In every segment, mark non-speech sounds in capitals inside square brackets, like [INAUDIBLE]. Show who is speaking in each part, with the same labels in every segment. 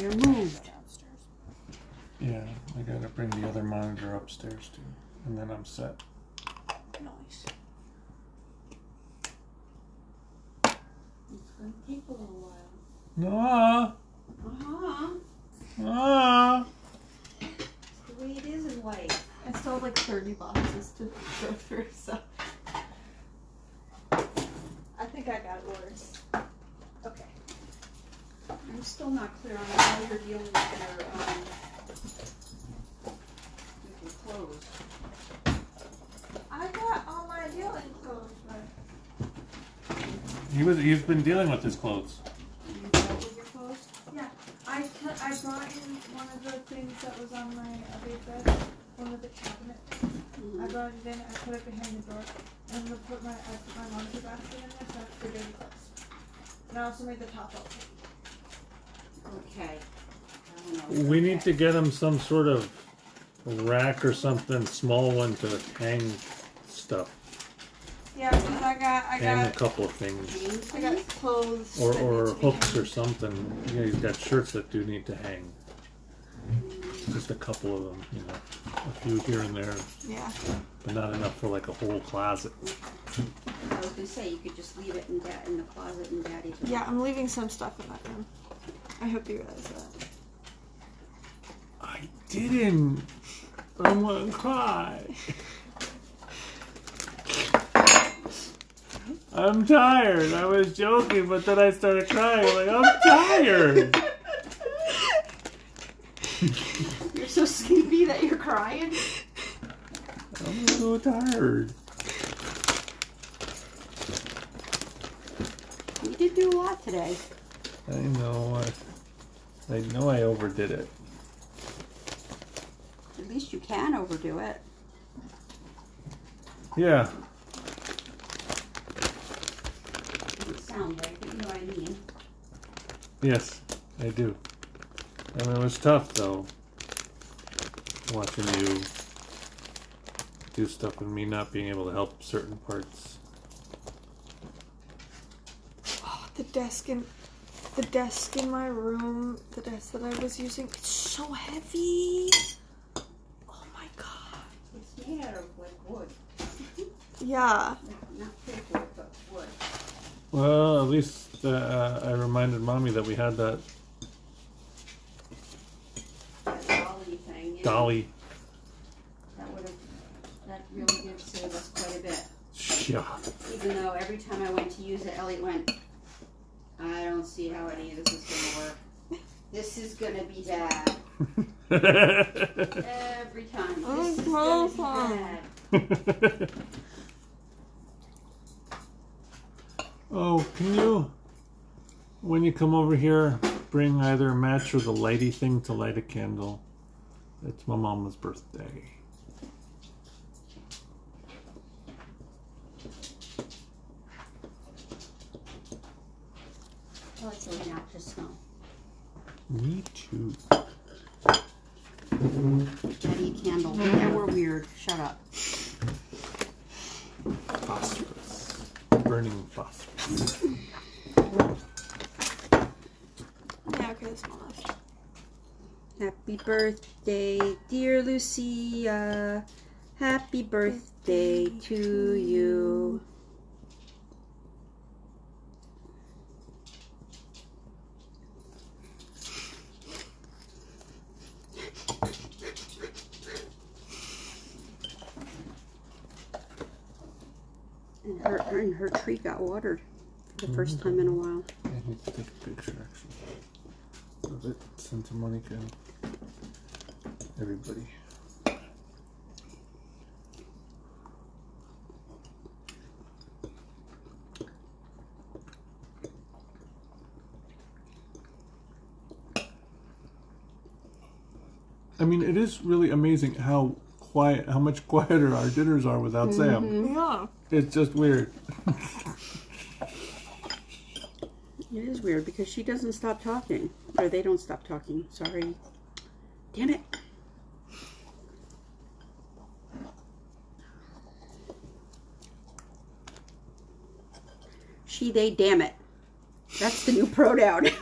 Speaker 1: You're moved.
Speaker 2: Yeah, I gotta bring the other monitor upstairs too, and then I'm set.
Speaker 1: Nice.
Speaker 3: It's gonna take a little while.
Speaker 2: Ah,
Speaker 3: Uh-huh.
Speaker 2: ah.
Speaker 3: It's the way it is in life.
Speaker 1: I still have like 30 boxes to go through, so.
Speaker 3: I think I got worse. Okay. I'm still not clear on how you're dealing um, with your, um, you can close. I got all my dealing closed, but
Speaker 2: He was. He's been dealing with his clothes.
Speaker 3: you dealt with your clothes?
Speaker 4: I t- I brought in one of the things that was on my other desk, one of the cabinet. I brought it in, I put it behind the door, and I put my I put my laundry basket in there, so I figured it closed. And I also made the top up.
Speaker 3: Okay. I don't know.
Speaker 2: We need to get him some sort of rack or something, small one to hang stuff,
Speaker 4: Yeah, because I got I
Speaker 2: hang a
Speaker 4: got
Speaker 2: couple of things,
Speaker 3: Jeans,
Speaker 4: I
Speaker 3: please?
Speaker 4: got clothes
Speaker 2: or
Speaker 4: that
Speaker 2: or
Speaker 4: need to be
Speaker 2: hooks
Speaker 4: hung-
Speaker 2: or something. Yeah, he's got shirts that do need to hang. Just a couple of them, you know, a few here and there,
Speaker 4: Yeah,
Speaker 2: but not enough for like a whole closet.
Speaker 3: I was gonna say, you could just leave it in da- in the closet and daddy [LAUGHS] can.
Speaker 4: yeah. I'm leaving some stuff in that room. I hope you realize that.
Speaker 2: I didn't. I want to cry. I'm tired. I was joking, but then I started crying. Like I'm tired.
Speaker 1: You're so sleepy that you're crying?
Speaker 2: I'm so tired.
Speaker 3: You did do a lot today.
Speaker 2: I know. I, I know I overdid it.
Speaker 3: At least you can overdo it.
Speaker 2: Yeah.
Speaker 3: Doesn't sound right, but you know what I mean.
Speaker 2: Yes, I do. I mean, it was tough though. Watching you do stuff and me not being able to help certain parts.
Speaker 4: Oh, the desk in the desk in my room, the desk that I was using, it's so heavy. Oh my god.
Speaker 3: It's made out of like wood,
Speaker 4: Yeah.
Speaker 3: Like, not paper, but wood.
Speaker 2: Well, at least uh, I reminded mommy that we had that
Speaker 3: That dolly thing. yeah.
Speaker 2: dolly.
Speaker 3: That would have, that really did save us quite a bit.
Speaker 2: Yeah.
Speaker 3: Even though every time I went to use it, Elliot went, I don't see how any of this is gonna work. This is gonna be bad. Every time. This is gonna be bad.
Speaker 2: [LAUGHS] oh, can you, when you come over here, bring either a match or the lighty thing to light a candle? It's my mama's birthday.
Speaker 3: I like the obnoxious smell.
Speaker 2: Me too.
Speaker 3: Daddy candle. Yeah, we're weird. Shut up.
Speaker 2: Phosphorus. Burning phosphorus.
Speaker 4: Yeah, okay, this one left.
Speaker 3: Happy birthday, dear Lucia. Happy birthday to you. And her, and her tree got watered for the first time in a while.
Speaker 2: I need to take a picture actually of it. Send to Monica and everybody. I mean, it is really amazing how quiet, how much [LAUGHS] quieter our dinners are without Sam.
Speaker 4: Yeah.
Speaker 2: It's just weird.
Speaker 3: It is weird because she doesn't stop talking, or they don't stop talking. Sorry. Damn it. She, they, damn it. That's the new pronoun. [LAUGHS]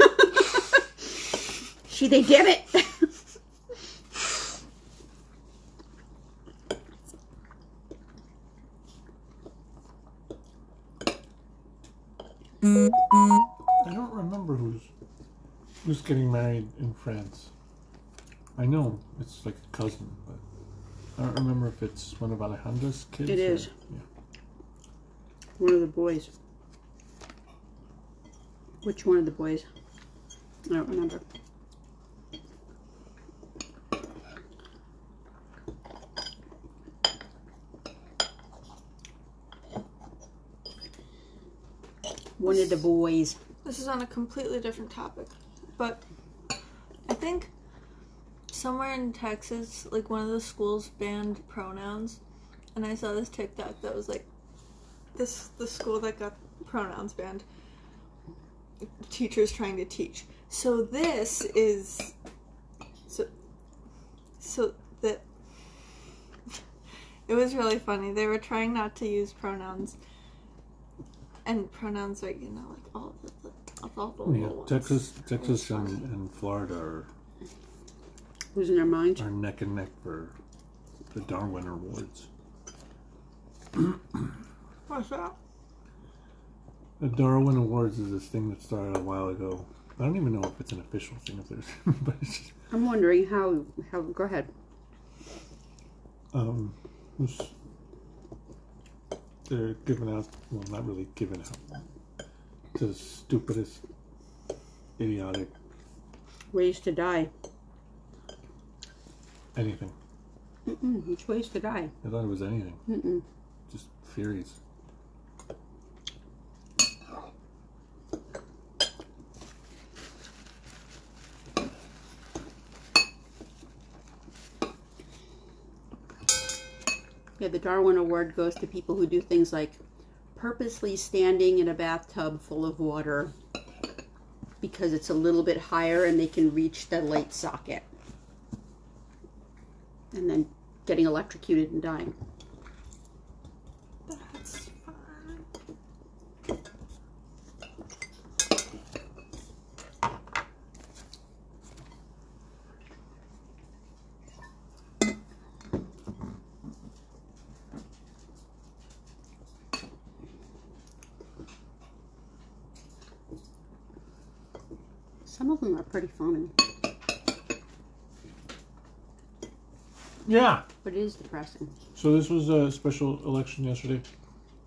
Speaker 3: She, they did it. [LAUGHS]
Speaker 2: I don't remember who's who's getting married in France. I know it's like a cousin, but I don't remember if it's one of Alejandra's kids.
Speaker 3: It
Speaker 2: or-
Speaker 3: is.
Speaker 2: Yeah.
Speaker 3: one of the boys. Which one of the boys? I don't remember. One of the boys.
Speaker 4: This is on a completely different topic, but I think somewhere in Texas, like one of the schools banned pronouns, and I saw this TikTok that was like, this the school that got pronouns banned. Teachers trying to teach. So this is, so, so that. [LAUGHS] It was really funny. They were trying not to use pronouns, and pronouns are you know like all the, the, all the
Speaker 2: Oh, Yeah,
Speaker 4: little ones.
Speaker 2: Texas, Texas, and, and Florida are,
Speaker 3: Losing our mind.
Speaker 2: are neck and neck for the Darwin Awards.
Speaker 4: What's that?
Speaker 2: The Darwin Awards is this thing that started a while ago. I don't even know if it's an official thing, if there's, [LAUGHS] but it's just
Speaker 3: I'm wondering how, how, go ahead.
Speaker 2: um, was they're giving out well not really giving out to the stupidest idiotic
Speaker 3: Ways to die.
Speaker 2: anything
Speaker 3: Mm-mm, it's Hmm, ways to die.
Speaker 2: i thought it was anything
Speaker 3: Mm-mm.
Speaker 2: just furious
Speaker 3: Yeah, the Darwin Award goes to people who do things like purposely standing in a bathtub full of water because it's a little bit higher and they can reach the light socket. And then getting electrocuted and dying.
Speaker 4: That's fun.
Speaker 3: Some of them are pretty funny,
Speaker 2: yeah
Speaker 3: but it is depressing.
Speaker 2: so this was a special election yesterday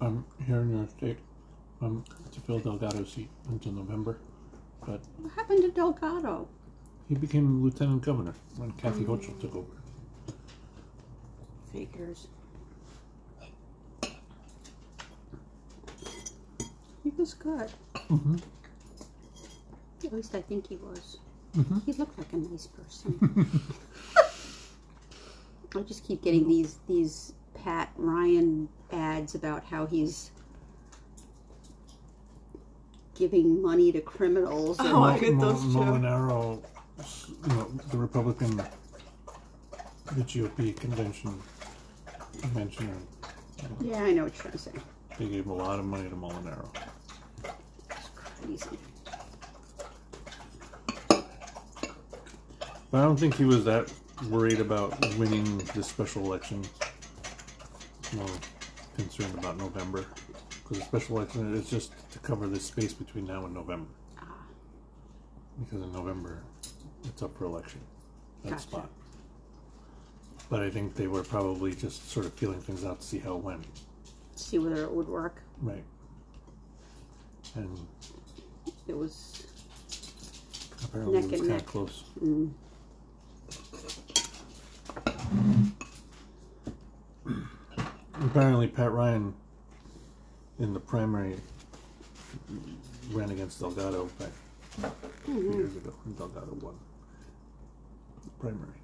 Speaker 2: i'm here in new york state um to fill delgado's seat until november
Speaker 3: What happened to Delgado?
Speaker 2: he became lieutenant governor when kathy hochul took over
Speaker 3: Figures. He was good.
Speaker 2: mm-hmm.
Speaker 3: At least I think he was.
Speaker 2: Mhm.
Speaker 3: He looked like a nice person. [LAUGHS] I just keep getting these these Pat Ryan ads about how he's giving money to criminals. and-
Speaker 4: Oh, I get those too.
Speaker 2: Molinaro, you know, the Republican, the GOP convention mentioned
Speaker 3: yeah, I know what you're trying to say.
Speaker 2: they gave a lot of money to Molinaro.
Speaker 3: It's crazy.
Speaker 2: But I don't think he was that worried about winning this special election. More concerned about November. Because the special election is just to cover the space between now and November.
Speaker 3: Ah.
Speaker 2: Because in November, it's up for election. That
Speaker 3: Gotcha.
Speaker 2: spot. But I think they were probably just sort of feeling things out to see how it went.
Speaker 3: See whether it would work.
Speaker 2: Right. And
Speaker 3: It was.
Speaker 2: apparently
Speaker 3: Neck
Speaker 2: it
Speaker 3: and
Speaker 2: was kind
Speaker 3: neck.
Speaker 2: of close.
Speaker 3: Mm. Mm.
Speaker 2: Apparently, Pat Ryan in the primary ran against Delgado back a
Speaker 3: Mm-hmm.
Speaker 2: few years ago, and Delgado won the primary.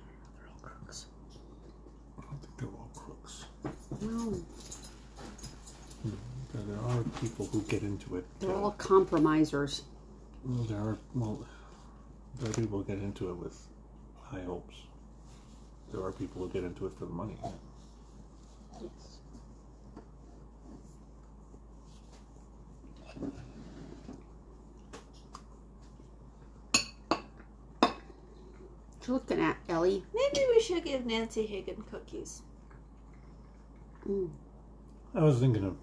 Speaker 3: They're all crooks.
Speaker 2: I don't think they're all crooks.
Speaker 3: No,
Speaker 2: There- There are people who get into it.
Speaker 3: they're
Speaker 2: uh,
Speaker 3: all compromisers.
Speaker 2: well, there are well, there are people who get into it with high hopes. There are people who get into it for the money.
Speaker 3: Yes. What you looking at, Ellie?
Speaker 5: Maybe we should give Nancy Hagen cookies.
Speaker 2: I was thinking of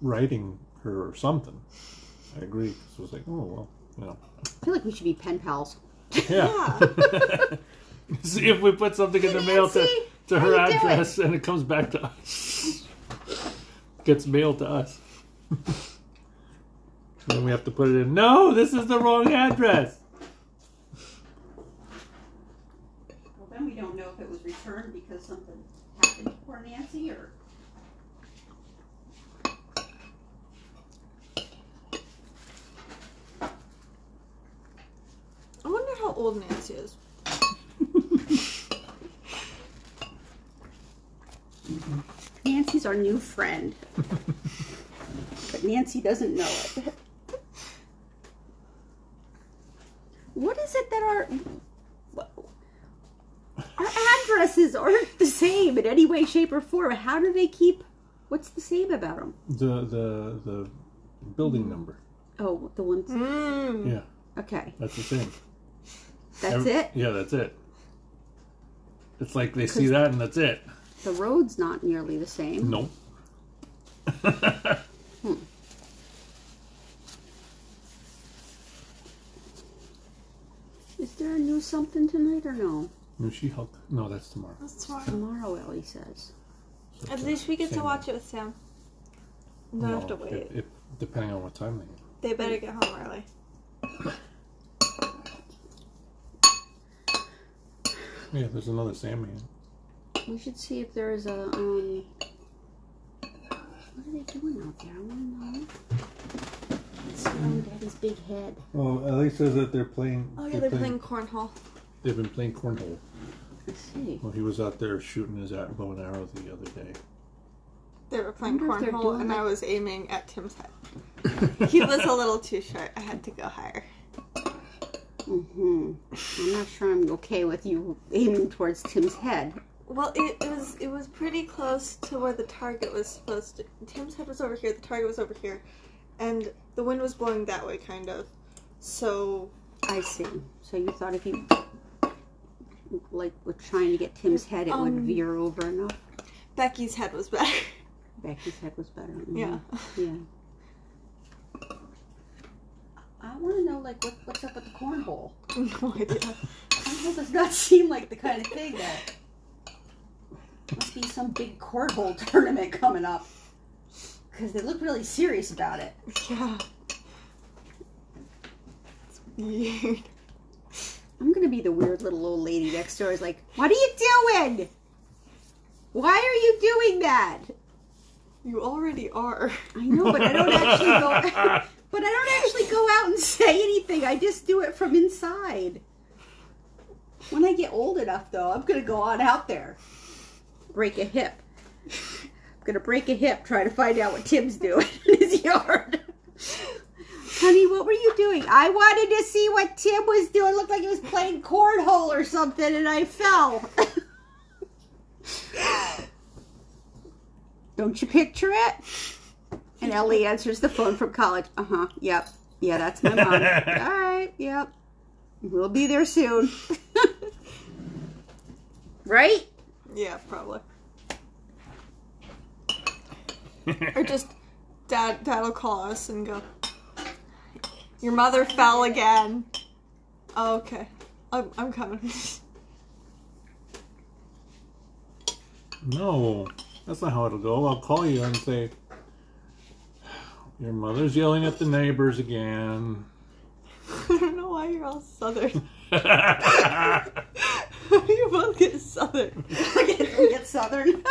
Speaker 2: writing her or something. I agree. 'cause I was like, oh well,
Speaker 5: [LAUGHS]
Speaker 3: I feel like we should be pen pals.
Speaker 2: yeah. [LAUGHS] See if we put something in the mail to,
Speaker 5: Nancy,
Speaker 2: to
Speaker 5: how
Speaker 2: her
Speaker 5: you doing?
Speaker 2: address and it comes back to us. [LAUGHS] Gets mailed to us. [LAUGHS] and then we have to put it in. No, this is the wrong address.
Speaker 1: Well, then we don't know if it was returned because something happened to poor Nancy or.
Speaker 5: I wonder how old Nancy is.
Speaker 3: Nancy's our new friend. but Nancy doesn't know it. What is it that our our addresses aren't the same in any way, shape, or form? How do they keep? What's the same about them?
Speaker 2: The the the
Speaker 5: Hmm.
Speaker 2: building number.
Speaker 3: Oh, the ones.
Speaker 5: Mmm.
Speaker 2: Yeah,
Speaker 3: Okay,
Speaker 2: that's the same.
Speaker 3: that's
Speaker 2: Every-
Speaker 3: it.
Speaker 2: Yeah, that's it. It's like they see that and that's it.
Speaker 3: The road's not nearly the same.
Speaker 2: [LAUGHS] Nope.
Speaker 3: Is there a new something tonight or no?
Speaker 2: New She Hulk. No, that's tomorrow.
Speaker 5: That's smart.
Speaker 3: Tomorrow, Ellie says.
Speaker 2: So
Speaker 5: At least we get to
Speaker 2: same-
Speaker 5: watch it with Sam. Don't
Speaker 2: no,
Speaker 5: have to wait.
Speaker 2: If, if, depending on what time they get.
Speaker 5: They better get home early.
Speaker 2: Yeah, there's another Sammy.
Speaker 3: We should see if there is a um. What are they doing out there? I want to know. oh, It's around Daddy's big head.
Speaker 2: Oh, Ellie says that they're playing.
Speaker 5: Oh yeah, they're playing cornhole.
Speaker 2: They've been playing cornhole.
Speaker 3: Let's see.
Speaker 2: Well, he was out there shooting his at bow and arrow the other day.
Speaker 5: They were playing
Speaker 3: wonder if they're
Speaker 5: cornhole,
Speaker 3: doing
Speaker 5: and
Speaker 3: that-
Speaker 5: I was aiming at Tim's [LAUGHS] head. He was a little too short. I had to go higher.
Speaker 3: Mm-hmm. I'm not sure I'm okay with you aiming towards Tim's head.
Speaker 5: Well, it, it was it was pretty close to where the target was supposed to. Tim's head was over here. The target was over here, and the wind was blowing that way, kind of. So
Speaker 3: I see. So you thought if you like were trying to get Tim's head, it would
Speaker 5: Um,
Speaker 3: veer over enough.
Speaker 5: Becky's head was better. [LAUGHS]
Speaker 3: Becky's head was better. Mhm.
Speaker 5: Yeah.
Speaker 3: Yeah.
Speaker 1: I want to know, like, what, what's up with the cornhole?
Speaker 5: [LAUGHS] no idea.
Speaker 1: Cornhole does not seem like the kind of thing that. Must be some big cornhole [LAUGHS] tournament coming up. Because they look really serious about it.
Speaker 5: Yeah. It's weird.
Speaker 3: I'm gonna be the weird little old lady next door. Is like, what are you doing? Why are you doing that?
Speaker 5: You already are.
Speaker 3: I know, but I don't actually go. but I don't actually go out and say anything. I just do it from inside. When I get old enough, though, I'm gonna go on out there, break a hip. I'm gonna break a hip trying to find out what Tim's doing in [LAUGHS] his yard. Honey, what were you doing? I wanted to see what Tim was doing. It looked like he was playing cornhole or something, and I fell. [LAUGHS] Don't you picture it? And Ellie answers the phone from college. Uh huh. Yep. Yeah, that's my mom. All right. Yep. We'll be there soon. [LAUGHS] right?
Speaker 5: Yeah, probably. or just dad dad'll call us and go Your mother fell again. Oh, okay. I'm I'm coming.
Speaker 2: [LAUGHS]
Speaker 5: [LAUGHS]
Speaker 2: No, that's not how it'll go. I'll call you and say, Your mother's yelling at the neighbors again. [LAUGHS]
Speaker 5: I don't know why you're all southern. [LAUGHS] you both get southern. [LAUGHS]
Speaker 3: we get southern.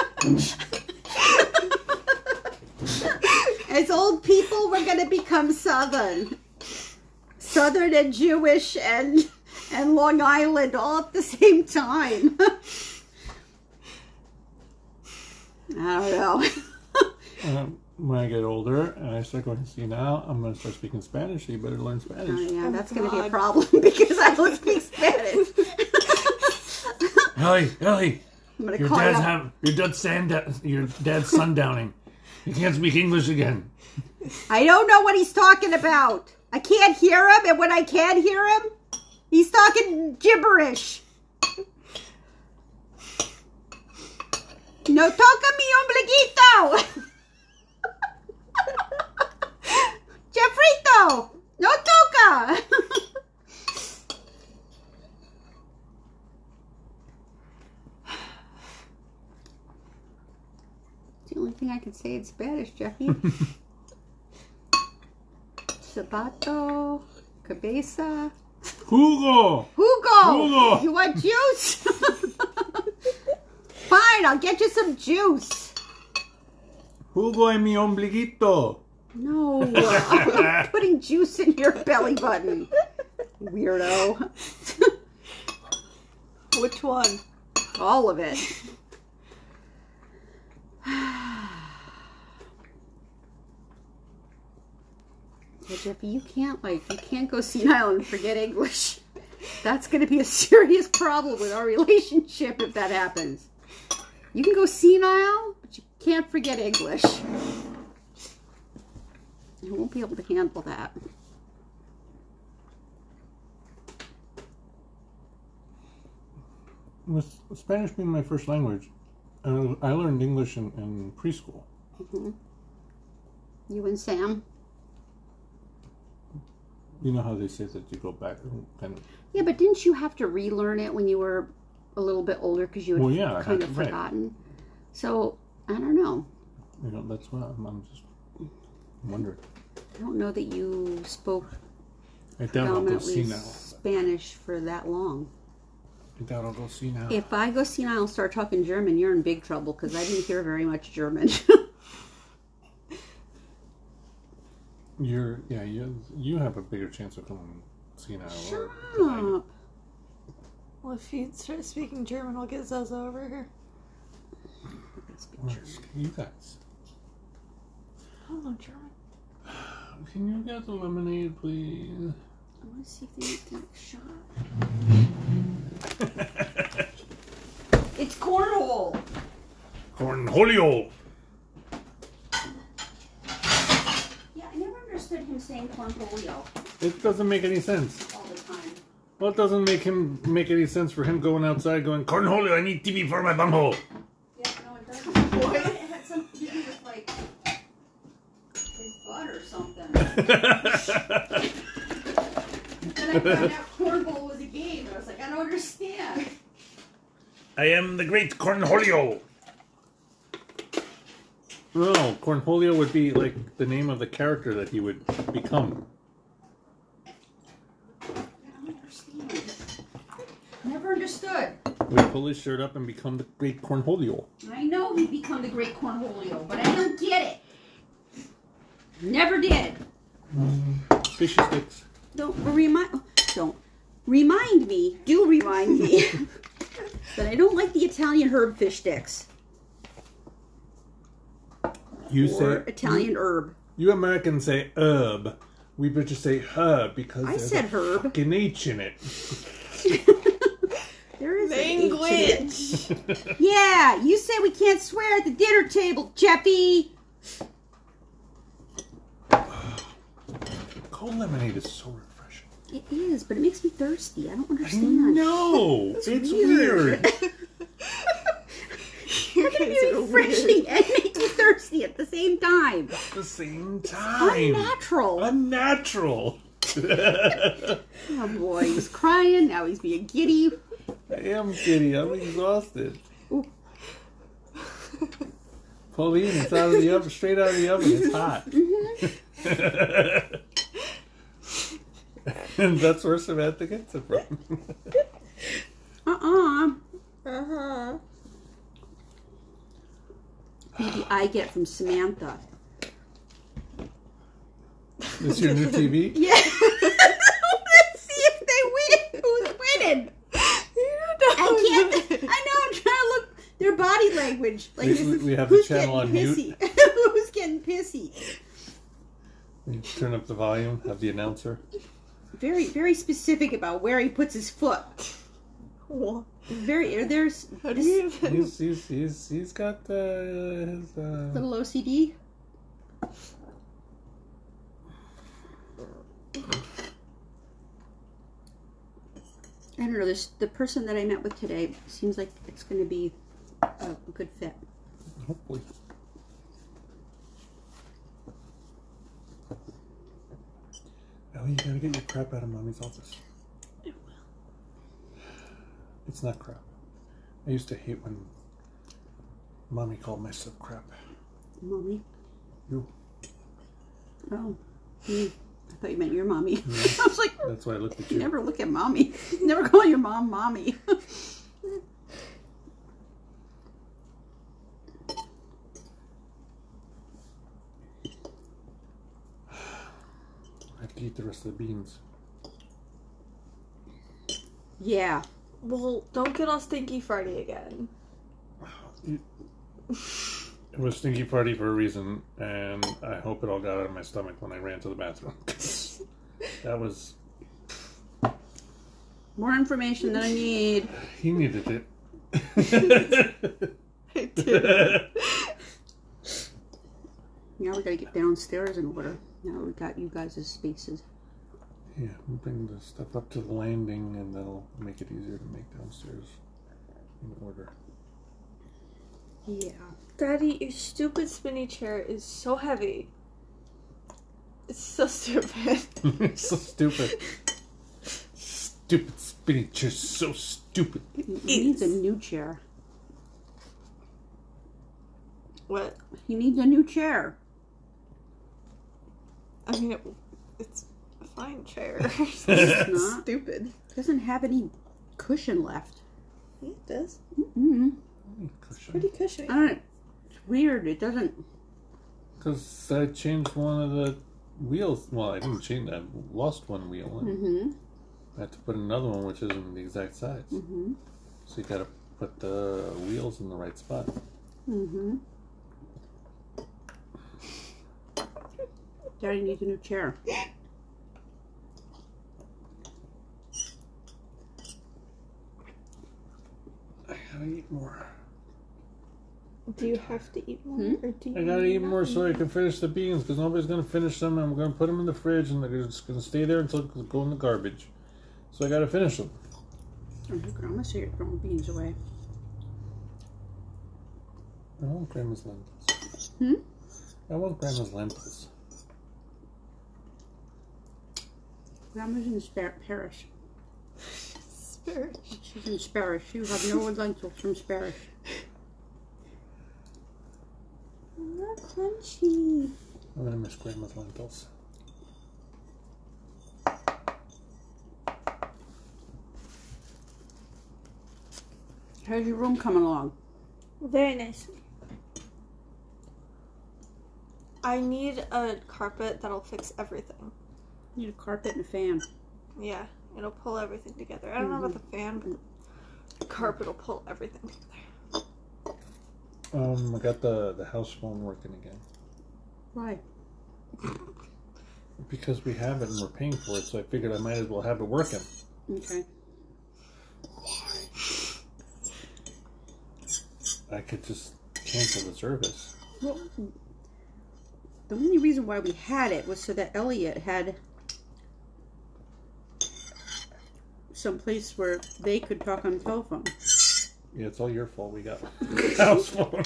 Speaker 3: As old people, we're gonna become southern, southern and Jewish and and Long Island all at the same time. I don't know.
Speaker 2: Um, when I get older and I start going to see now, I'm going to start speaking Spanish, so you better learn
Speaker 3: Oh,
Speaker 2: Spanish.
Speaker 3: yeah,
Speaker 5: Oh,
Speaker 3: that's going to be a
Speaker 5: God.
Speaker 3: problem [LAUGHS] because I don't speak Spanish.
Speaker 2: Ellie, Ellie,
Speaker 3: I'm going to
Speaker 2: your
Speaker 3: call
Speaker 2: dad's,
Speaker 3: up.
Speaker 2: have, your, dad's sand, your dad's sundowning. You can't speak English again.
Speaker 3: I don't know what he's talking about. I can't hear him, and when I can hear him, he's talking gibberish. No toca mi ombliguito! [LAUGHS] Jeffrito! No toca! [LAUGHS] the only thing I can say in Spanish, Jeffy. [LAUGHS] Zapato, cabeza,
Speaker 2: Hugo!
Speaker 3: Hugo!
Speaker 2: Hugo!
Speaker 3: You want juice? [LAUGHS] Fine, I'll get you some juice.
Speaker 2: Hugo en mi ombliguito!
Speaker 3: No, I'm putting juice in your belly button, weirdo.
Speaker 5: Which one?
Speaker 3: All of it. Yeah, Jeffy, you can't like you can't go senile and forget English. That's going to be a serious problem with our relationship if that happens. You can go senile, but you can't forget English. I won't be able to handle that.
Speaker 2: Was Spanish being my first language, uh, I learned English in, in preschool.
Speaker 3: You and Sam.
Speaker 2: You know how they say that you go back and kind of
Speaker 3: Yeah, but didn't you have to relearn it when you were a little bit older because you had
Speaker 2: Well, yeah, I
Speaker 3: kind
Speaker 2: had
Speaker 3: of
Speaker 2: to, right.
Speaker 3: forgotten? So I don't know.
Speaker 2: You know, that's why I'm, I'm just wondering.
Speaker 3: I don't know that you spoke
Speaker 2: I doubt I'll go
Speaker 3: predominantly
Speaker 2: senile.
Speaker 3: Spanish for that long.
Speaker 2: I doubt I'll go senile.
Speaker 3: If I go senile and start talking German, you're in big trouble because I didn't hear very much German. [LAUGHS]
Speaker 2: Oh, You're, yeah, you, you have a bigger chance of going senile.
Speaker 3: Shut
Speaker 2: or, than I do.
Speaker 3: up.
Speaker 5: Well, if you start speaking German, I'll get Zaza over here.
Speaker 2: Where's- You guys,
Speaker 5: I don't know German.
Speaker 2: can you get the lemonade, please?
Speaker 3: I want to see if they make that shot.
Speaker 1: It's cornhole.
Speaker 2: [LAUGHS] Cornholio!
Speaker 1: Yeah, I never understood him saying cornholio
Speaker 2: It doesn't make any sense.
Speaker 1: all the time.
Speaker 2: Well, it doesn't make him make any sense for him going outside going, Cornholio, I need TV for my bunghole.
Speaker 1: Yeah, no, it doesn't. I thought It had something to do with like his butt or something. Then I found out cornhole was a game, and I was like, I don't understand.
Speaker 2: [LAUGHS] I am the great Cornholio. No, Cornholio would be like the name of the character that he would become.
Speaker 1: I don't understand. Never understood.
Speaker 2: Would pull his shirt up and become the great Cornholio.
Speaker 1: I know he'd become the great cornholio, but I don't get it. Never did.
Speaker 2: Fishy sticks.
Speaker 3: Don't remind. Don't remind me. Do remind
Speaker 1: [LAUGHS]
Speaker 3: me that I don't like the Italian herb fish sticks
Speaker 2: You
Speaker 3: or
Speaker 2: say
Speaker 3: Italian herb.
Speaker 2: you Americans say herb. We British say herb because
Speaker 3: I
Speaker 2: there's
Speaker 3: said
Speaker 2: a
Speaker 3: herb.
Speaker 2: fucking H in it.
Speaker 3: There is an H in it.
Speaker 5: Language!
Speaker 3: Yeah, you say we can't swear at the dinner table, Jeffy.
Speaker 2: Cold lemonade is so refreshing.
Speaker 3: It is, but it makes me thirsty. I don't understand.
Speaker 2: No, it's
Speaker 3: weird. [LAUGHS]
Speaker 2: weird.
Speaker 5: You're
Speaker 3: It's refreshing [LAUGHS] and make me thirsty at the same time.
Speaker 2: At the same time,
Speaker 3: Unnatural.
Speaker 2: unnatural. [LAUGHS]
Speaker 3: Oh boy, he was crying. Now he's being giddy.
Speaker 2: I am giddy. I'm exhausted.
Speaker 3: Ooh.
Speaker 2: Pauline, it's out of the oven, straight out of the oven. It's hot. and that's where Samantha gets it from.
Speaker 3: Uh-uh.
Speaker 5: Uh huh.
Speaker 3: Maybe I get from Samantha.
Speaker 2: Is your new TV?
Speaker 3: Yeah. [LAUGHS] Let's see if they win. Who's winning?
Speaker 5: [LAUGHS]
Speaker 3: I can't. [LAUGHS] I know. I'm trying to look their body language. Like
Speaker 2: We-
Speaker 3: this is-
Speaker 2: we have the
Speaker 3: who's
Speaker 2: channel
Speaker 3: getting
Speaker 2: on
Speaker 3: pissy? [LAUGHS]
Speaker 2: mute.
Speaker 3: who's getting pissy?
Speaker 2: You turn up the volume, have the announcer.
Speaker 3: Very, very specific about where he puts his foot.
Speaker 5: What?
Speaker 3: Very. There's
Speaker 5: How do you even.
Speaker 2: He's, he's, he's, he's got uh, his. Uh,
Speaker 3: little OCD. I don't know. This the person that I met with today seems like it's going to be a good fit.
Speaker 2: Hopefully. Ellie, you gotta get your crap out of mommy's office.
Speaker 3: I will.
Speaker 2: It's not crap. I used to hate when mommy called my stuff crap.
Speaker 3: Mommy?
Speaker 2: You.
Speaker 3: Oh. you. I thought you meant your mommy. [LAUGHS] I was like,
Speaker 2: That's why I looked at
Speaker 3: you
Speaker 2: you.
Speaker 3: never look at mommy. [LAUGHS] You never call your mom mommy. [LAUGHS]
Speaker 2: I have to eat the rest of the beans.
Speaker 3: yeah.
Speaker 5: Well, don't get all stinky farty again.
Speaker 2: It was stinky party for a reason, and I hope it all got out of my stomach when I ran to the bathroom. [LAUGHS] that was
Speaker 3: More information than I need.
Speaker 2: he needed it.
Speaker 5: I did.
Speaker 3: Now we gotta get downstairs in order. Now we got you guys' spaces.
Speaker 2: Yeah, we'll bring the stuff up to the landing and that'll make it easier to make downstairs in order. [LAUGHS]
Speaker 3: Yeah.
Speaker 5: Daddy, your stupid spinny chair is so heavy. It's so [LAUGHS] stupid.
Speaker 2: it's so stupid. Stupid spinning chair, so stupid.
Speaker 3: It needs a new chair.
Speaker 5: What?
Speaker 3: He needs a new chair.
Speaker 5: I mean, it, it's a fine [LAUGHS] chair.
Speaker 3: It's not.
Speaker 5: stupid.
Speaker 3: Doesn't have any cushion left.
Speaker 5: It does. Hmm.
Speaker 3: Mm-mm.
Speaker 5: Pretty cushiony.
Speaker 3: I don't. It's weird. It doesn't.
Speaker 2: Because I changed one of the wheels. Well, I didn't change. I lost one wheel. And
Speaker 3: Mm-hmm.
Speaker 2: I had to put another one, which isn't the exact size.
Speaker 3: Mm-hmm.
Speaker 2: So you gotta put the wheels in the right spot.
Speaker 3: Mm-hmm. Daddy needs a new chair.
Speaker 2: I gotta eat more.
Speaker 5: Do you have to eat more,
Speaker 3: Hmm?
Speaker 5: or do you
Speaker 2: I gotta eat
Speaker 5: not
Speaker 2: more so I can finish the beans because nobody's gonna finish them and we're gonna put them in the fridge and they're just gonna stay there until they go in the garbage. So I gotta finish them.
Speaker 3: I'm gonna say you're throwing beans away.
Speaker 2: I want grandma's lentils.
Speaker 3: Hmm?
Speaker 2: I want grandma's lentils.
Speaker 3: Grandma's in Spar- Parish.
Speaker 5: Spirit.
Speaker 3: She's in Sparish. You have no lentils from Sparish.
Speaker 5: Not crunchy.
Speaker 2: I'm gonna miss grandma's lentils.
Speaker 3: How's your room coming along?
Speaker 5: Very nice. I need a carpet that'll fix everything.
Speaker 3: Need a carpet and a fan.
Speaker 5: Yeah, it'll pull everything together. I don't know
Speaker 3: Mm-hmm.
Speaker 5: about the fan, but the carpet will pull everything together.
Speaker 2: Um, I got the, the house phone working again.
Speaker 3: Why?
Speaker 2: Because we have it and we're paying for it, so I figured I might as well have it working.
Speaker 3: Okay.
Speaker 2: I could just cancel the service.
Speaker 3: Well, the only reason why we had it was so that Elliot had some place where they could talk on the telephone.
Speaker 2: Yeah, it's all your fault we got [LAUGHS] house phone.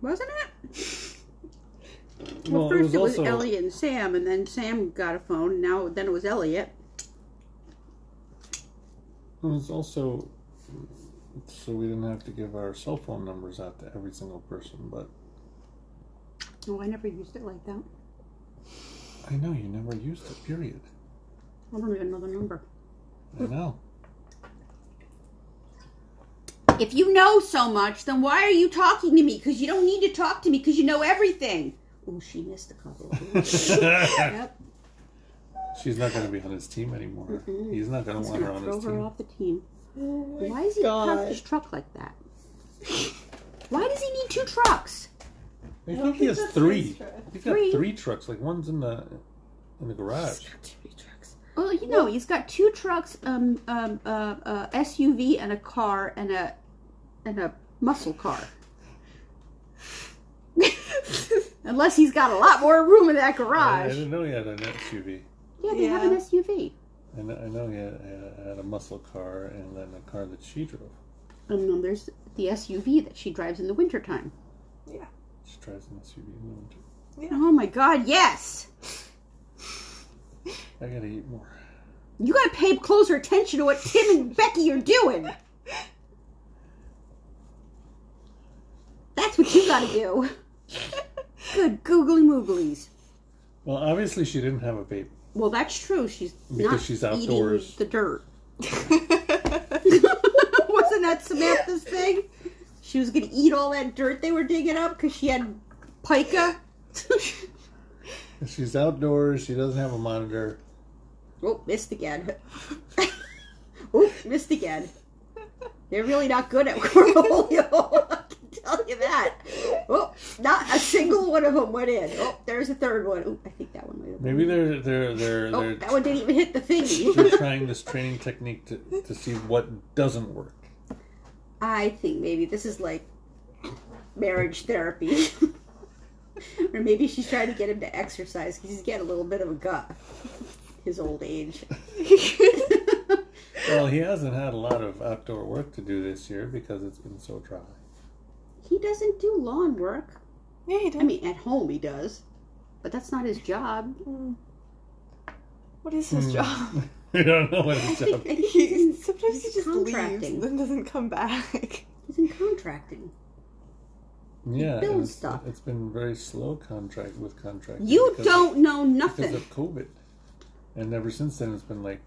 Speaker 3: Wasn't it? Well,
Speaker 2: Well, it
Speaker 3: first
Speaker 2: was
Speaker 3: it was
Speaker 2: also-
Speaker 3: Elliot and Sam, and then Sam got a phone. Now then it was Elliot.
Speaker 2: It was
Speaker 3: Hmm.
Speaker 2: also so we didn't have to give our cell phone numbers out to every single person, but
Speaker 3: Oh, I never used it like that.
Speaker 2: I know you never used it, period.
Speaker 3: I don't even know the number. Hmm.
Speaker 2: I
Speaker 3: [LAUGHS]
Speaker 2: know.
Speaker 3: If you know so much, then why are you talking to me? Because you don't need to talk to me because you know everything. Oh, she missed a couple. yep.
Speaker 2: She's not going to be on his team anymore.
Speaker 3: Mm-mm.
Speaker 2: He's not going to
Speaker 3: Mm-hmm. He's
Speaker 2: want her
Speaker 3: gonna
Speaker 2: on
Speaker 3: throw
Speaker 2: his
Speaker 3: her
Speaker 2: team.
Speaker 3: off the team.
Speaker 5: Oh my
Speaker 3: Why is he parked his truck like that? Why does he need two trucks?
Speaker 2: I think he has three. He's got
Speaker 3: Three.
Speaker 2: three trucks. Like one's in the in the garage.
Speaker 3: Well, you know, he's got two trucks, um, um, uh, uh, SUV, and a car, and a and a muscle car. [LAUGHS] Unless he's got a lot more room in that
Speaker 2: I, I
Speaker 3: garage.
Speaker 2: didn't know he had an SUV.
Speaker 3: Yeah, they have an
Speaker 5: Yeah.
Speaker 3: SUV.
Speaker 2: I know, I know he had, had a muscle car and then a car that she drove.
Speaker 3: And then Um, there's the SUV that she drives in the wintertime.
Speaker 2: She drives an SUV. in the winter.
Speaker 3: Oh my god, yes!
Speaker 2: I gotta eat more.
Speaker 3: You gotta pay closer attention to what Tim and Becky are doing! That's what you gotta do. Good googly mooglies.
Speaker 2: Well, obviously she didn't have a baby
Speaker 3: Well, that's true. She's
Speaker 2: because
Speaker 3: not
Speaker 2: she's
Speaker 3: eating
Speaker 2: outdoors.
Speaker 3: the dirt.
Speaker 5: Yeah.
Speaker 3: Wasn't that Samantha's thing? She was gonna eat all that dirt they were digging up because she had pica. [LAUGHS]
Speaker 2: She's outdoors. She doesn't have a monitor.
Speaker 3: oh, missed again. [LAUGHS] oh, missed again. They're really not good at [LAUGHS] Cornholio. I can tell you that. Oh, not a single one of them went in. Oh, there's a third one. Oh, I think that one might have.
Speaker 2: Maybe they're they're they're
Speaker 3: Oh,
Speaker 2: they're,
Speaker 3: that one didn't even hit the
Speaker 2: [LAUGHS]
Speaker 3: [LAUGHS]
Speaker 2: they're [LAUGHS]
Speaker 3: thingy.
Speaker 2: trying this training technique to to see what doesn't work.
Speaker 3: I think maybe this is like marriage therapy. [LAUGHS] or maybe she's trying to get him to exercise because he's getting a little bit of a gut. [LAUGHS] His old
Speaker 2: [LAUGHS]
Speaker 3: age. [LAUGHS]
Speaker 2: Well, he hasn't had a lot of outdoor work to do this year because it's been so dry. [LAUGHS]
Speaker 3: he doesn't do lawn work.
Speaker 5: yeah, he does.
Speaker 3: I mean, at home he does, but that's not his
Speaker 2: [LAUGHS]
Speaker 3: job.
Speaker 5: Mm. What is
Speaker 2: Mm.
Speaker 5: his job?
Speaker 2: I don't know what his
Speaker 3: I think,
Speaker 2: job.
Speaker 3: I think [LAUGHS] he's,
Speaker 5: He,
Speaker 3: in,
Speaker 5: sometimes he
Speaker 3: he's
Speaker 5: just leaves
Speaker 3: contracting.
Speaker 5: and then doesn't
Speaker 3: [LAUGHS]
Speaker 5: come back.
Speaker 3: he's in contracting.
Speaker 2: Yeah, and
Speaker 3: builds
Speaker 2: it's,
Speaker 3: stuff.
Speaker 2: it's been very slow contract with contract.
Speaker 3: You don't know
Speaker 2: because
Speaker 3: nothing.
Speaker 2: of COVID, and ever since then it's been like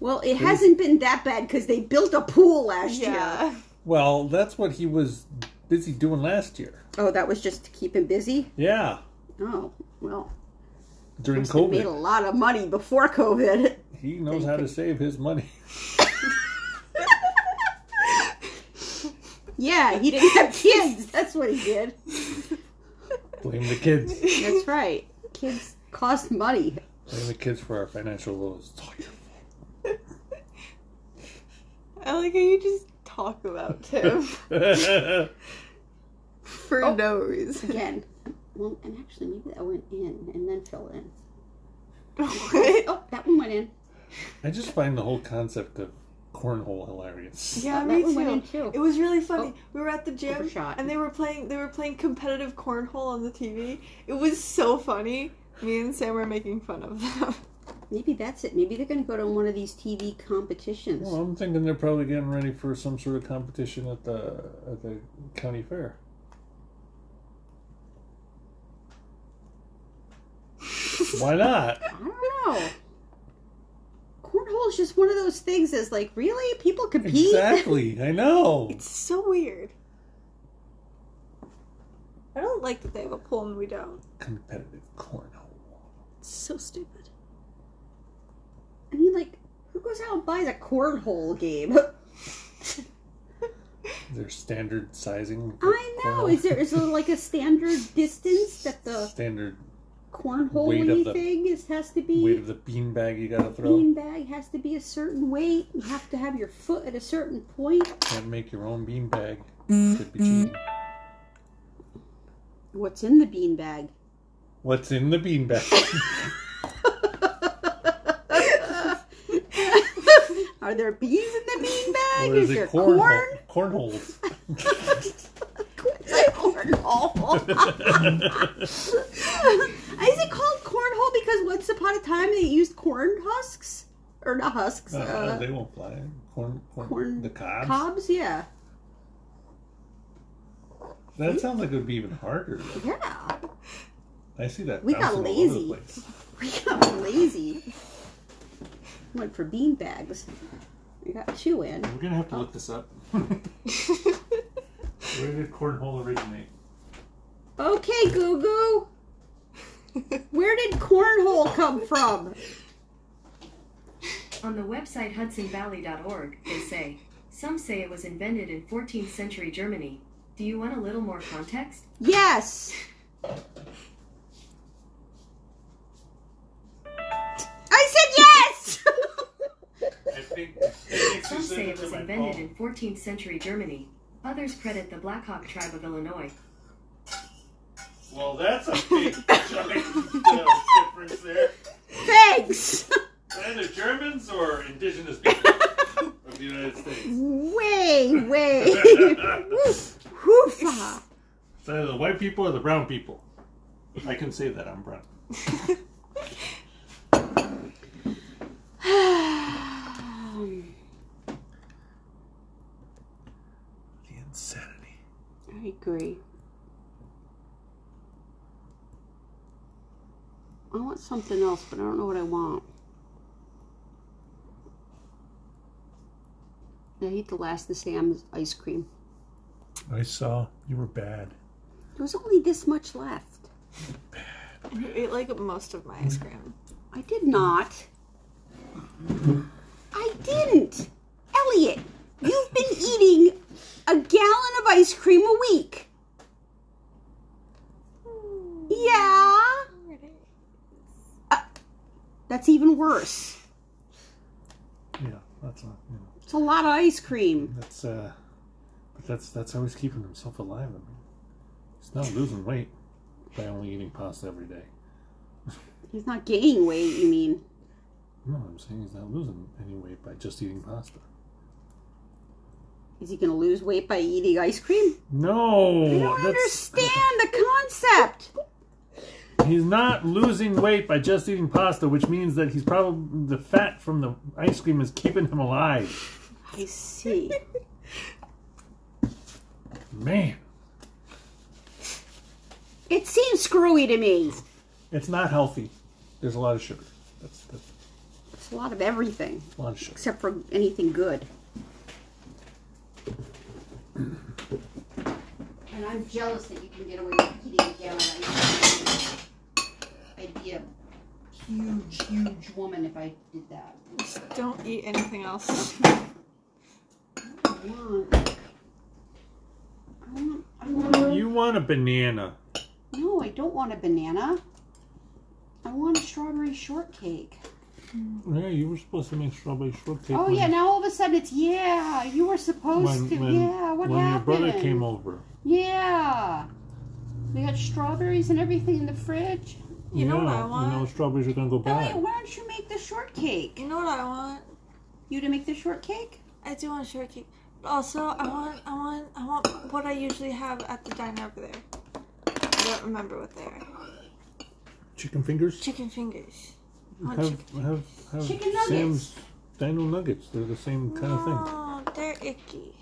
Speaker 3: well, it hasn't been that bad because they built a pool last year.
Speaker 5: Yeah.
Speaker 2: Well, that's what he was busy doing last year.
Speaker 3: Oh, that was just to keep him busy.
Speaker 2: Yeah,
Speaker 3: Oh, well,
Speaker 2: during
Speaker 3: he made a
Speaker 2: COVID,
Speaker 3: lot of money before COVID. [LAUGHS]
Speaker 2: he knows how to save his money. [LAUGHS]
Speaker 3: Yeah, he didn't have [LAUGHS] kids. That's what he did.
Speaker 2: Blame the kids.
Speaker 3: That's right. Kids cost money.
Speaker 2: Blame the kids for our financial woes. It's all your fault.
Speaker 5: I like how you just talk about Tim for no [LAUGHS] reason.
Speaker 3: Again. Well, and actually, maybe that went in and then fell in.
Speaker 5: What?
Speaker 3: Oh, that one went in.
Speaker 2: I just find the whole concept of cornhole hilarious.
Speaker 5: yeah,
Speaker 3: that
Speaker 5: Uh, me
Speaker 3: one went in
Speaker 5: too. It
Speaker 3: too.
Speaker 5: was really
Speaker 3: Oh.
Speaker 5: funny. We were at the gym
Speaker 3: Overshot.
Speaker 5: and they were playing they were playing competitive cornhole on the TV. It was so funny. Me and Sam were making fun of them.
Speaker 3: Maybe that's it. Maybe they're going to go to one of these TV competitions.
Speaker 2: Well, I'm thinking they're probably getting ready for some sort of competition at the at the county fair. Why not?
Speaker 3: [LAUGHS] I don't know. Cornhole is just one of those things that's like, really? People compete?
Speaker 2: Exactly. I know.
Speaker 5: It's so weird. I don't like that they have a pool and we don't.
Speaker 2: Competitive cornhole.
Speaker 5: It's so [SIGHS] stupid.
Speaker 3: I mean, like, who goes out and buys a cornhole game?
Speaker 2: Their standard sizing. for
Speaker 3: [LAUGHS] I know.
Speaker 2: cornhole.
Speaker 3: Is there is there like a standard distance that the
Speaker 2: standard Weight of the-
Speaker 3: cornhole thing is has to
Speaker 2: weight
Speaker 3: be?
Speaker 2: of the beanbag you gotta throw?
Speaker 3: Beanbag has to be a certain weight. You have to have your foot at a certain point.
Speaker 2: Can't make your own beanbag.
Speaker 6: Mm-hmm.
Speaker 2: Could be cheating.
Speaker 3: What's in the beanbag?
Speaker 2: What's in the
Speaker 6: [LAUGHS]
Speaker 2: beanbag?
Speaker 3: Are there bees in the beanbag?
Speaker 2: Or
Speaker 3: is
Speaker 2: is
Speaker 3: there
Speaker 2: it
Speaker 3: corn?
Speaker 2: cornhole?
Speaker 6: [LAUGHS]
Speaker 2: Cornholes. [LAUGHS] Uh,
Speaker 3: cornhole. Is it called cornhole because once upon a time they used corn husks? Or not husks,
Speaker 2: Uh,
Speaker 3: uh,
Speaker 2: they won't fly. Corn, corn,
Speaker 3: corn
Speaker 2: the cobs.
Speaker 3: cobs? Yeah.
Speaker 2: That sounds like it would be even harder.
Speaker 3: Yeah.
Speaker 2: I see that.
Speaker 3: We got
Speaker 2: bouncing all over the
Speaker 3: lazy.
Speaker 2: place.
Speaker 3: We got lazy. Went for bean bags. We got two in.
Speaker 2: We're gonna have to look this [LAUGHS] up. Where did cornhole originate?
Speaker 3: Okay, Goo Goo. Where did cornhole come from?
Speaker 6: On the website hudsonvalley.org, they say, some say it was invented in 14th century Germany. Do you want a little more context?
Speaker 3: Yes. I said yes. [LAUGHS]
Speaker 2: I think.
Speaker 6: Some say it was invented in 14th century Germany. Others credit the Black Hawk tribe of Illinois.
Speaker 2: Oh, Well, that's a
Speaker 5: big,
Speaker 2: [LAUGHS] giant difference there.
Speaker 3: Thanks.
Speaker 6: [LAUGHS]
Speaker 2: Either Germans or indigenous people. the United States. [LAUGHS]
Speaker 3: Way, way. [LAUGHS] Woofa.
Speaker 2: It's either the white people or the brown people. I can say that I'm brown. The insanity.
Speaker 3: I agree. I want something else, but I don't know what I want. I hate the last of Sam's ice cream.
Speaker 2: I saw you were bad.
Speaker 3: There was only this much left.
Speaker 5: You ate like most of my ice cream.
Speaker 3: I did not. I didn't. Elliot, you've been eating a gallon of ice cream a week. Yeah. Uh, That's even worse.
Speaker 2: Yeah, that's not. You know,
Speaker 3: It's a lot of ice cream.
Speaker 2: that's uh, but that's that's how he's keeping himself alive. I mean, he's not losing weight by only eating pasta every day.
Speaker 3: He's not gaining weight, you mean?
Speaker 2: No, I'm saying he's not losing any weight by just eating pasta.
Speaker 3: Is he going to lose weight by eating ice cream?
Speaker 2: No,
Speaker 3: I don't understand the concept.
Speaker 2: He's not losing weight by just eating pasta, which means that he's probably the fat from the ice cream is keeping him alive.
Speaker 3: I see.
Speaker 2: Man,
Speaker 3: It seems screwy to me.
Speaker 2: it's not healthy. There's a lot of sugar. That's, that's
Speaker 3: It's a lot of everything,
Speaker 2: a lot of sugar.
Speaker 3: except for anything good. And I'm jealous that you can get away with eating a gallon of ice cream. I'd be a huge, huge woman if I did that.
Speaker 5: Just don't eat anything else.
Speaker 3: I want. I want. I want.
Speaker 2: You want a banana?
Speaker 3: No, I don't want a banana. I want a strawberry shortcake.
Speaker 2: Yeah, you were supposed to make strawberry shortcake.
Speaker 3: Oh
Speaker 2: when,
Speaker 3: yeah, now all of a sudden it's yeah. You were supposed
Speaker 2: when,
Speaker 3: to.
Speaker 2: when,
Speaker 3: yeah, what
Speaker 2: when
Speaker 3: happened?
Speaker 2: your brother came over.
Speaker 3: Yeah. We got strawberries and everything in the fridge.
Speaker 5: You know what I
Speaker 2: Yeah,
Speaker 5: want?
Speaker 2: And those strawberries are gonna go
Speaker 3: Elliot,
Speaker 2: bad.
Speaker 3: why don't you make the shortcake?
Speaker 5: You know what I want?
Speaker 3: You to make the shortcake?
Speaker 5: I do want shortcake. But also, I want, I want, I want what I usually have at the diner over there. I don't remember what they are.
Speaker 2: Chicken fingers.
Speaker 5: Chicken fingers. I want
Speaker 2: Have
Speaker 5: chicken.
Speaker 2: have have
Speaker 3: oh, Chicken nuggets.
Speaker 2: Sam's dino nuggets. They're the same kind of thing.
Speaker 5: No, they're icky.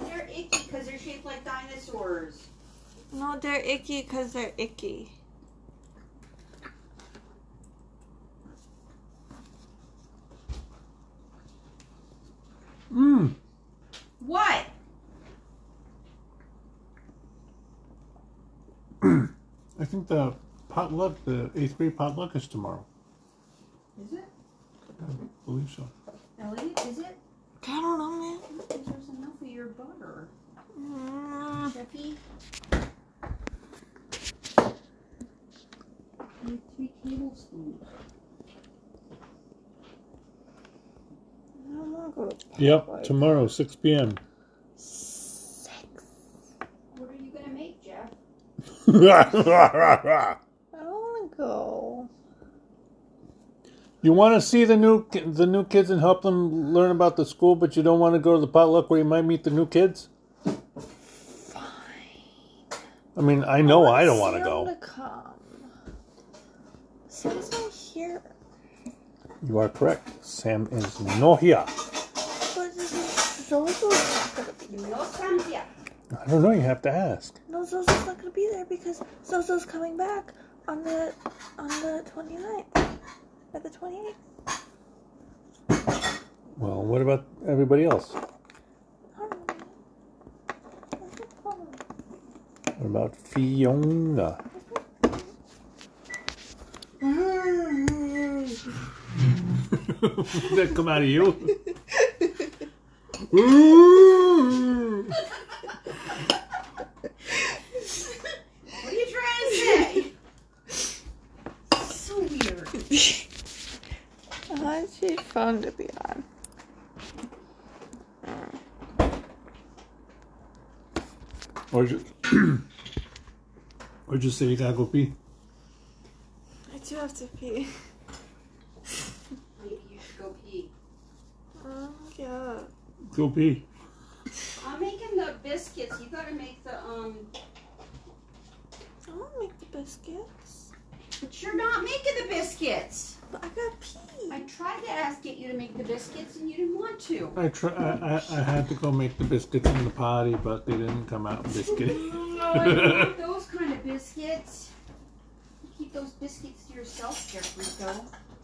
Speaker 3: They're icky because they're shaped like dinosaurs.
Speaker 5: No, they're icky because they're icky.
Speaker 2: Mmm.
Speaker 3: What?
Speaker 2: I think the potluck, the eighth grade potluck, is tomorrow.
Speaker 1: Is it?
Speaker 2: I believe so.
Speaker 1: Elliot, is it?
Speaker 5: I don't know, man.
Speaker 1: There's enough of your butter.
Speaker 5: Mm,
Speaker 1: Jeffy? Like three tablespoons.
Speaker 5: I don't wanna go to
Speaker 2: Yep,
Speaker 5: Potluck.
Speaker 2: tomorrow, 6 p.m.
Speaker 1: What are you gonna make,
Speaker 2: [LAUGHS]
Speaker 1: Jeff?
Speaker 2: you
Speaker 5: I don't want to go.
Speaker 2: want to see the new ki- the new kids and help them learn about the school, but you don't want to go to the potluck where you might meet the new kids. I mean, I know I, don't want to go.
Speaker 5: to come. Sam's not here.
Speaker 2: You are correct. Sam is not here.
Speaker 5: But Zozo's not gonna be there.
Speaker 1: No comes yet.
Speaker 2: I don't know. You have to ask.
Speaker 5: No, Zozo's not gonna be there because Zozo's coming back on the on the 29th or the 28th.
Speaker 2: Well, what about everybody else?
Speaker 5: I don't know. That's the problem.
Speaker 2: What about [LAUGHS] Fiona? that come out of [LAUGHS] you?
Speaker 1: What are you trying to say? so weird.
Speaker 5: I want your phone to be on.
Speaker 2: or [CLEARS THROAT] just, or just say you gotta go pee.
Speaker 5: I do have to pee. [LAUGHS]
Speaker 1: Maybe you should go pee.
Speaker 5: Okay.
Speaker 2: Go pee.
Speaker 3: I'm making the biscuits. You gotta make the um.
Speaker 5: I want to make the biscuits,
Speaker 3: But you're not making the biscuits.
Speaker 5: but I got pee.
Speaker 3: I tried to ask get you to make the biscuits and you didn't want to.
Speaker 2: I try. I, I, I had to go make the biscuits in the potty, but they didn't come out biscuit.
Speaker 3: No, I don't
Speaker 2: [LAUGHS]
Speaker 3: want those kind of biscuits. You keep those biscuits to yourself, there, Rico.